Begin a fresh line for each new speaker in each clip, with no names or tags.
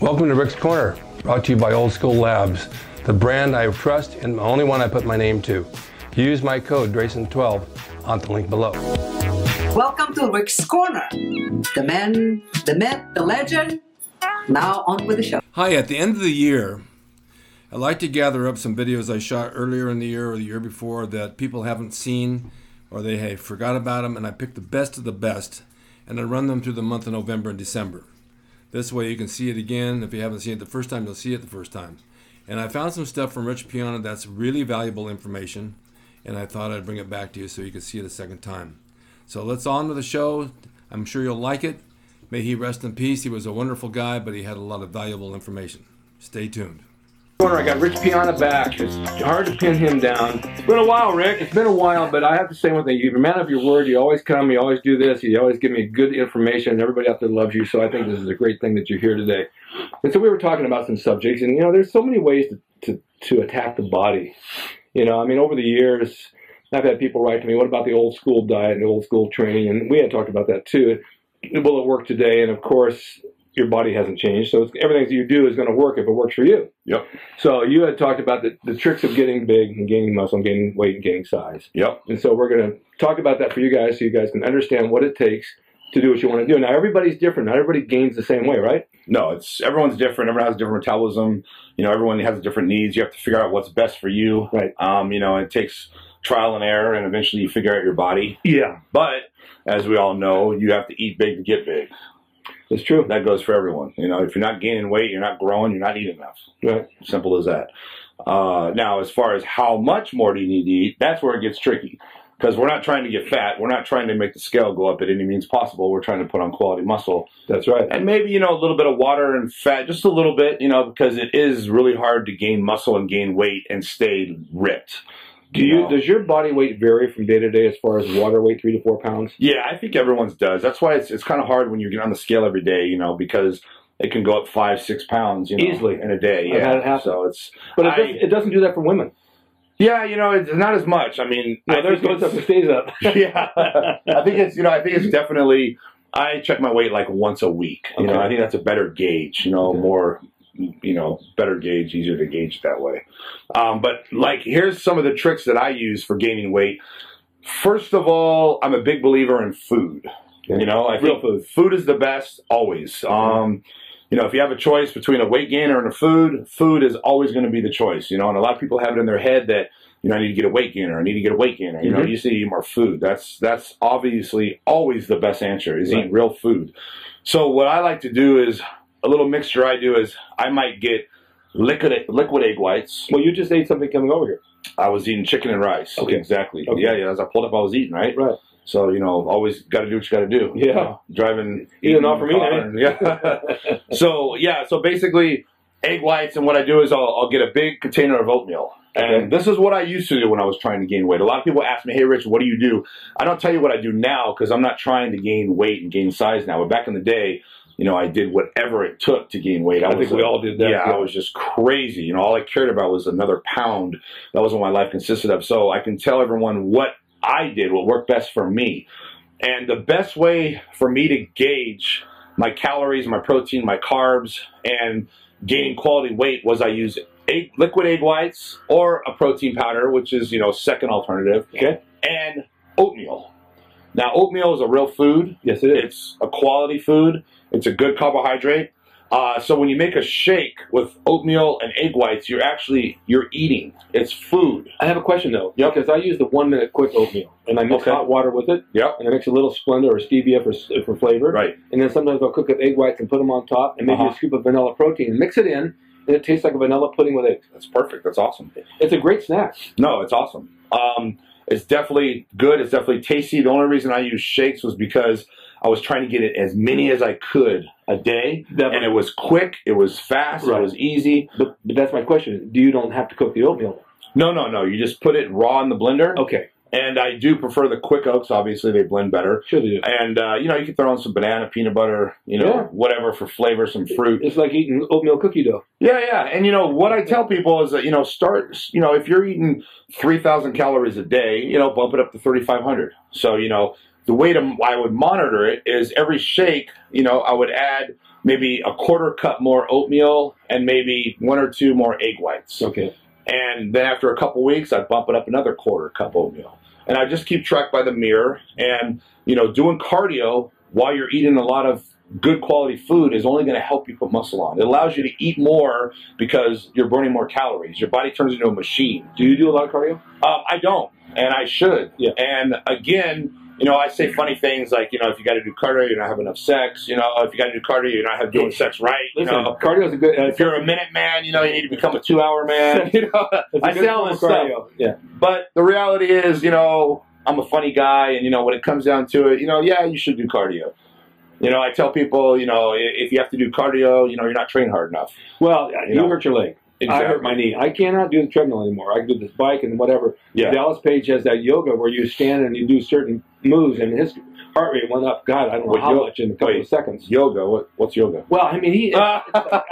Welcome to Rick's Corner, brought to you by Old School Labs, the brand I trust and the only one I put my name to. Use my code Drayson12 on the link below.
Welcome to Rick's Corner. The man, the myth, the legend. Now on with the show.
Hi, at the end of the year, I like to gather up some videos I shot earlier in the year or the year before that people haven't seen or they have forgot about them, and I pick the best of the best and I run them through the month of November and December. This way you can see it again. If you haven't seen it the first time, you'll see it the first time. And I found some stuff from Rich Piana that's really valuable information, and I thought I'd bring it back to you so you could see it a second time. So let's on with the show. I'm sure you'll like it. May he rest in peace. He was a wonderful guy, but he had a lot of valuable information. Stay tuned. Corner, I got Rich Piana back. It's hard to pin him down. It's been a while, Rick. It's been a while, but I have to say one thing. You're a man of your word. You always come. You always do this. You always give me good information, and everybody out there loves you. So I think this is a great thing that you're here today. And so we were talking about some subjects, and you know, there's so many ways to, to, to attack the body. You know, I mean, over the years, I've had people write to me, "What about the old school diet and the old school training?" And we had talked about that too. Will it work today? And of course, your body hasn't changed, so it's, everything that you do is going to work if it works for you.
Yep.
So you had talked about the, the tricks of getting big and gaining muscle, and gaining weight, and gaining size.
Yep.
And so we're going to talk about that for you guys, so you guys can understand what it takes to do what you want to do. Now everybody's different. Not everybody gains the same way, right?
No, it's everyone's different. Everyone has a different metabolism. You know, everyone has different needs. You have to figure out what's best for you.
Right.
Um, you know, it takes trial and error, and eventually you figure out your body.
Yeah,
But as we all know, you have to eat big to get big.
it's true.
That goes for everyone. You know, if you're not gaining weight, you're not growing, you're not eating enough.
Right.
Simple as that. Uh, now, as far as how much more do you need to eat, that's where it gets tricky because we're not trying to get fat. We're not trying to make the scale go up at any means possible. We're trying to put on quality muscle
That's right.
and maybe you know a little bit of water and fat, just a little bit, you know, because it is really hard to gain muscle and gain weight and stay ripped.
Do you
know?
does your body weight vary from day to day as far as water weight, three to four pounds?
Yeah, I think everyone's does. That's why it's it's kind of hard when you get on the scale every day, you know, because it can go up five, six pounds, you know,
Easily.
in a day.
I've
Yeah,
had it happen.
so it's
But it,
I-
does, it doesn't do that for women.
yeah, you know, it's not as much. I mean,
No,
I
theirs
think
goes up
it's-
and stays up.
yeah, I think it's you know I think it's definitely I check my weight like once a week. You know,
Okay.
I think that's a better gauge. You know,
Okay.
more you know better gauge, easier to gauge that way. Um, but like, here's some of the tricks that I use for gaining weight. First of all, I'm a big believer in food.
Okay.
You know, I
Real
think food. is the best always. Um, you know, if you have a choice between a weight gainer and a food, food is always going to be the choice. You know, and a lot of people have it in their head that you know I need to get a weight gainer. I need to get a weight gainer. You know,
Mhm.
you just need to eat more food. That's that's obviously always the best answer is
Right.
eat real food. So what I like to do is a little mixture. I do is I might get liquid liquid egg whites.
Well, you just ate something coming over here.
I was eating chicken and rice.
Okay.
exactly.
Okay.
Yeah, yeah. As I pulled up, I was eating right.
Right.
So you know, always got to do what you got to do.
Yeah.
You know, driving.
You didn't offer me
car, Yeah. so yeah. So basically, egg whites, and what I do is I'll, I'll get a big container of oatmeal.
Okay.
And this is what I used to do when I was trying to gain weight. A lot of people ask me, "Hey, Rich, what do you do?" I don't tell you what I do now because I'm not trying to gain weight and gain size now. But back in the day, you know, I did whatever it took to gain weight.
I,
was
think we
a-
all did that.
yeah, I was just crazy. You know, all I cared about was another pound. That wasn't what my life consisted of. So I can tell everyone what I did, what worked best for me. And the best way for me to gauge my calories, my protein, my carbs, and gain quality weight was I used egg, liquid egg whites or a protein powder, which is, you know, second alternative.
Okay.
And oatmeal. Now, oatmeal is a real food.
yes, it is.
It's a quality food. It's a good carbohydrate. Uh, so when you make a shake with oatmeal and egg whites, you're actually you're eating. It's food.
I have a question though,
Yep.
because I use the one minute quick oatmeal, and I mix
Okay.
hot water with it,
Yep.
and I mix a little Splenda or stevia for for flavor,
Right.
and then sometimes I'll cook up egg whites and put them on top, and maybe
Uh-huh.
a scoop of vanilla protein, and mix it in, and it tastes like a vanilla pudding with eggs.
That's perfect. That's awesome.
It's a great snack.
No, it's awesome. Um, it's definitely good. It's definitely tasty. The only reason I used shakes was because I was trying to get it as many as I could a day, and it was quick. It was fast.
Right.
It was easy.
But, but that's my question. Do you don't have to cook the oatmeal?
No, no, no. You just put it raw in the blender,
Okay,
and I do prefer the quick oats. Obviously, they blend better.
sure they do.
And uh, you know, you can throw in some banana, peanut butter, you know,
Yeah.
whatever for flavor, some fruit.
It's like eating oatmeal cookie dough.
Yeah, yeah. And you know what I tell people is that you know start. You know, if you're eating three thousand calories a day, you know, bump it up to thirty five hundred. So you know, the way to I would monitor it is every shake. You know, I would add maybe a quarter cup more oatmeal, and maybe one or two more egg whites.
Okay.
And then after a couple weeks, I bump it up another quarter cup oatmeal. And I just keep track by the mirror. And, you know, doing cardio while you're eating a lot of good quality food is only going to help you put muscle on. It allows you to eat more because you're burning more calories. Your body turns into a machine.
Do you do a lot of cardio?
Um, I don't, and I should.
Yeah.
And again, you know, I say funny things like, you know, if you got to do cardio, you're not having enough sex. You know, if you got to do cardio, you're not have, doing sex right. You
Listen,
know,
cardio is a good. Uh,
if you're a minute man, you know, you need to become a two hour man. You know,
it's a
I
good
say all
form
this
of
stuff.
Yeah.
But the reality is, you know, I'm a funny guy, and you know, when it comes down to it, you know, yeah, you should do cardio. You know, I tell people, you know, i- if you have to do cardio, you know, you're not trained hard enough.
Well, you
know.
hurt your leg. I hurt my knee. I cannot do the treadmill anymore. I can do this bike and whatever.
Yeah.
Dallas Page has that yoga where you stand and you do certain moves, and his heart rate went up. God, I don't know
Wait,
how
yo-
much in a couple
wait.
of seconds.
Yoga. What, what's yoga?
Well, I mean, he. I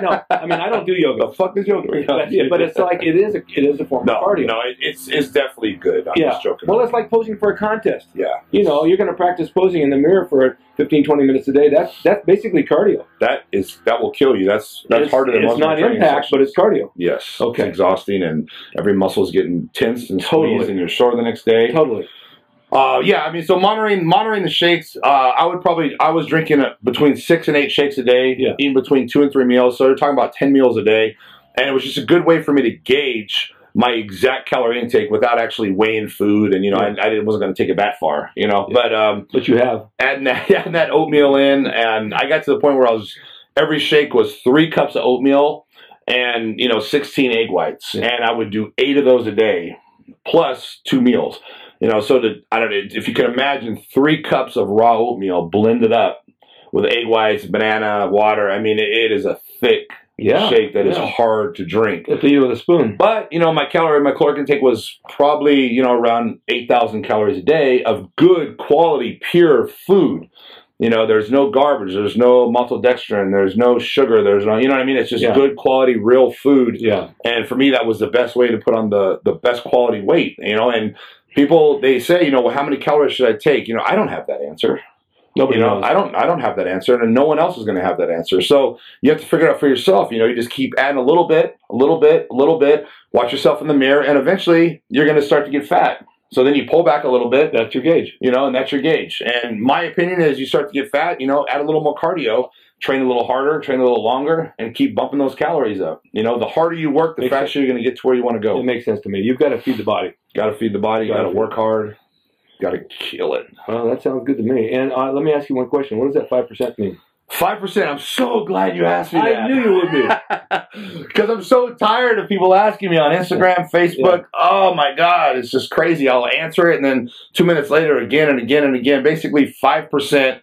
know. I mean, I don't do yoga,
The fuck is yoga?
but, but it's like it is a it is a form
No,
of cardio.
no, it, it's it's definitely good. I'm
yeah.
just joking.
Well, it's like posing for a contest.
yeah,
You know, you're going to practice posing in the mirror for 15, 20 minutes a day. That's that's basically cardio.
that is that will kill you. That's that's
it's,
harder than
It's
muscle
not
training
impact,
session.
but it's cardio.
Yes.
Okay.
It's exhausting, and every muscle's getting tense and
Totally.
squeezed, and you're sore the next day.
Totally.
Uh, yeah, I mean, so monitoring monitoring the shakes. Uh, I would probably I was drinking uh between six and eight shakes a day,
Yeah.
eating between two and three meals. So they're talking about ten meals a day, and it was just a good way for me to gauge my exact calorie intake without actually weighing food. And you know, I, I didn't, wasn't going to take it that far, you know.
Yeah.
But um,
But you have.
adding that, adding that oatmeal in, and I got to the point where I was every shake was three cups of oatmeal and you know sixteen egg whites,
Yeah.
and I would do eight of those a day plus two meals. You know, so that I don't know if you can imagine three cups of raw oatmeal blended up with egg whites, banana, water. I mean, it, it is a thick
Yeah.
shake that is
yeah.
hard to drink.
If you eat it with a spoon.
But you know, my calorie, my caloric intake was probably you know around eight thousand calories a day of good quality, pure food. You know, there's no garbage, there's no maltodextrin, there's no sugar, there's no, you know what I mean? It's just
Yeah.
good quality, real food.
Yeah.
And for me, that was the best way to put on the the best quality weight. You know, and people they say, you know, well, how many calories should I take? You know, I don't have that answer.
Nobody
you know,
knows.
I don't I don't have that answer, and no one else is going to have that answer. So you have to figure it out for yourself. You know, you just keep adding a little bit, a little bit, a little bit. Watch yourself in the mirror, and eventually you're going to start to get fat. So then you pull back a little bit,
That's your gauge.
you know, and that's your gauge. And my opinion is, you start to get fat, you know, add a little more cardio, train a little harder, train a little longer, and keep bumping those calories up. You know, the harder you work, the
Makes
faster you're going to get to where you want to go.
It makes sense to me. You've got to feed the body.
Got to feed the body.
Gotta
Got to
feed-
work hard. Got to kill it.
Well, that sounds good to me. And uh, let me ask you one question. What does that five percent mean?
Five percent. I'm so glad you asked me
I
that.
knew you would be.
Because I'm so tired of people asking me on Instagram, Facebook. Oh my God, it's just crazy. I'll answer it, and then two minutes later, again and again and again. Basically, five percent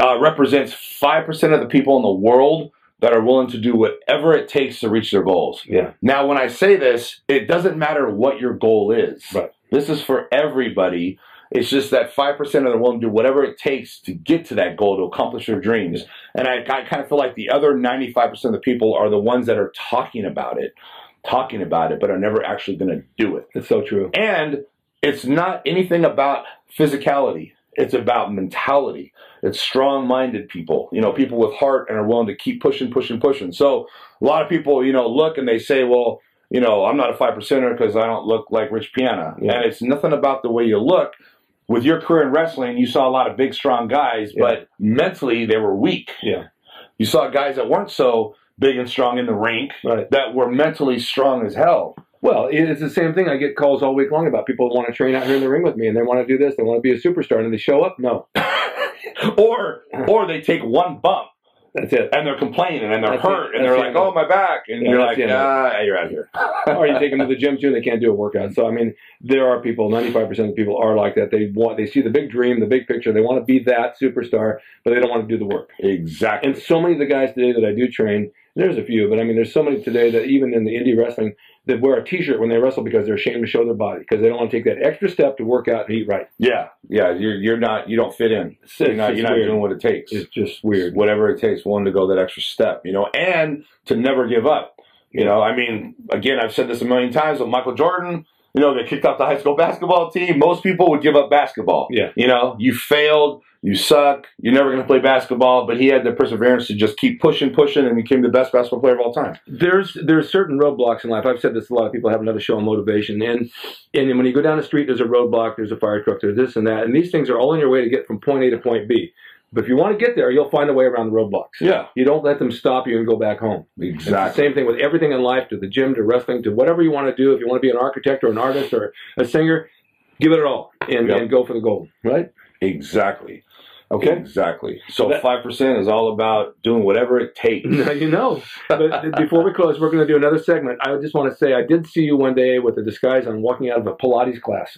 uh, represents five percent of the people in the world that are willing to do whatever it takes to reach their goals.
Yeah.
Now, when I say this, it doesn't matter what your goal is.
Right.
This is for everybody. It's just that 5% of them are willing to do whatever it takes to get to that goal, to accomplish their dreams. And I, I kind of feel like the other 95% of the people are the ones that are talking about it, talking about it, but are never actually going to do it.
It's so true.
And it's not anything about physicality. It's about mentality. It's strong-minded people, you know, people with heart and are willing to keep pushing, pushing, pushing. So a lot of people, you know, look and they say, well, you know, I'm not a five percenter because I don't look like Rich Piana.
Yeah.
And it's nothing about the way you look. With your career in wrestling, you saw a lot of big, strong guys,
Yeah.
but mentally they were weak.
Yeah.
You saw guys that weren't so big and strong in the rink
Right.
that were mentally strong as hell.
Well, it- it's the same thing. I get calls all week long about people that want to train out here in the ring with me, and they want to do this, they want to be a superstar, and they show up. No,
or or they take one bump
that's it.
and they're complaining and they're
That's
hurt
it.
and they're
That's the
like,
end of
"Oh, my back," and
Yeah,
you're
that's
like,
the end of
"Ah, you're out of here."
or you take them to the gym too, and they can't do a workout. So I mean, there are people. Ninety-five percent of people are like that. They want, they see the big dream, the big picture. They want to be that superstar, but they don't want to do the work.
Exactly.
And so many of the guys today that I do train, there's a few, but I mean, there's so many today that even in the indie wrestling, that wear a T-shirt when they wrestle because they're ashamed to show their body because they don't want to take that extra step to work out and eat right.
yeah, yeah. You're you're not you don't fit in.
It's,
You're not
it's
you're not
weird.
doing what it takes.
It's just weird.
Whatever it takes, willing to go that extra step, you know, and to never give up. You know, I mean, again, I've said this a million times with Michael Jordan. you know, get kicked off the high school basketball team, most people would give up basketball.
Yeah.
You know, you failed, you suck, you're never going to play basketball, but he had the perseverance to just keep pushing, pushing, and became the best basketball player of all time.
there's there's certain roadblocks in life. I've said this to a lot of people. I have another show on motivation, and and when you go down the street, there's a roadblock, there's a fire truck, there's this and that, and these things are all in your way to get from point A to point B. But if you want to get there, you'll find a way around the roadblocks.
Yeah,
You don't let them stop you and go back home. It's the
exactly.
same thing with everything in life, to the gym, to wrestling, to whatever you want to do. If you want to be an architect or an artist or a singer, give it all and,
Yep.
and go for the goal. Right?
Exactly.
Okay.
Exactly. So
That-
five percent is all about doing whatever it takes.
Now you know. But before we close, we're going to do another segment. I just want to say I did see you one day with a disguise on, walking out of a Pilates class.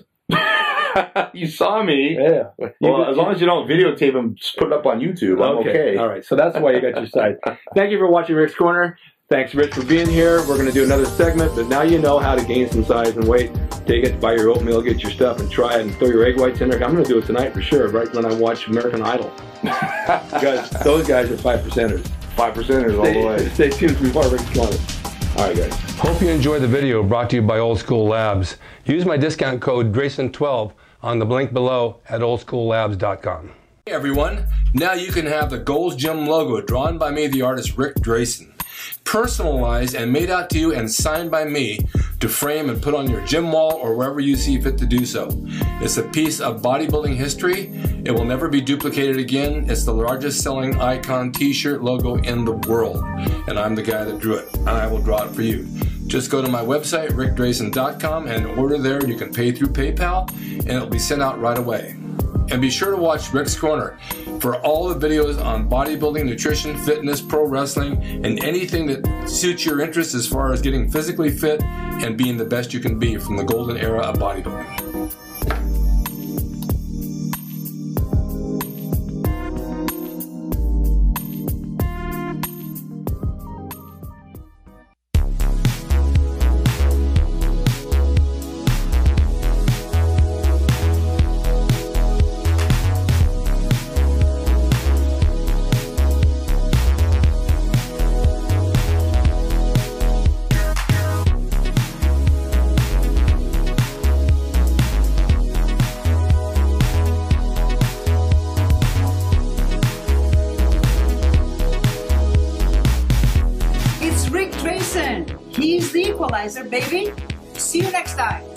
you saw me.
Yeah. You
Well,
did-
as long as you don't videotape him, just put it up on YouTube. I'm okay.
All right. So that's why you got your side. Thank you for watching Rick's Corner. Thanks, Rich, for being here. We're going to do another segment, but now you know how to gain some size and weight. Take it, buy your oatmeal, get your stuff, and try it, and throw your egg whites in there. I'm going to do it tonight for sure, right when I watch American Idol. guys, those guys are five percenters.
Five percenters all the
Stay,
way.
stay tuned for more Rick's Corner.
All right, guys.
Hope you enjoyed the video brought to you by Old School Labs. Use my discount code Grayson12 on the link below at oldschoollabs.com.
Hey everyone, now you can have the Gold's Gym logo drawn by me, the artist Rick Drayson, personalized and made out to you and signed by me to frame and put on your gym wall or wherever you see fit to do so. It's a piece of bodybuilding history. It will never be duplicated again. It's the largest selling icon t shirt logo in the world. And I'm the guy that drew it, and I will draw it for you. Just go to my website, rickdrazen.com, and order there. You can pay through PayPal, and it'll be sent out right away. And be sure to watch Rick's Corner for all the videos on bodybuilding, nutrition, fitness, pro wrestling, and anything that suits your interests as far as getting physically fit and being the best you can be from the golden era of bodybuilding.
It's Rick Grayson. He's the equalizer, baby. See you next time.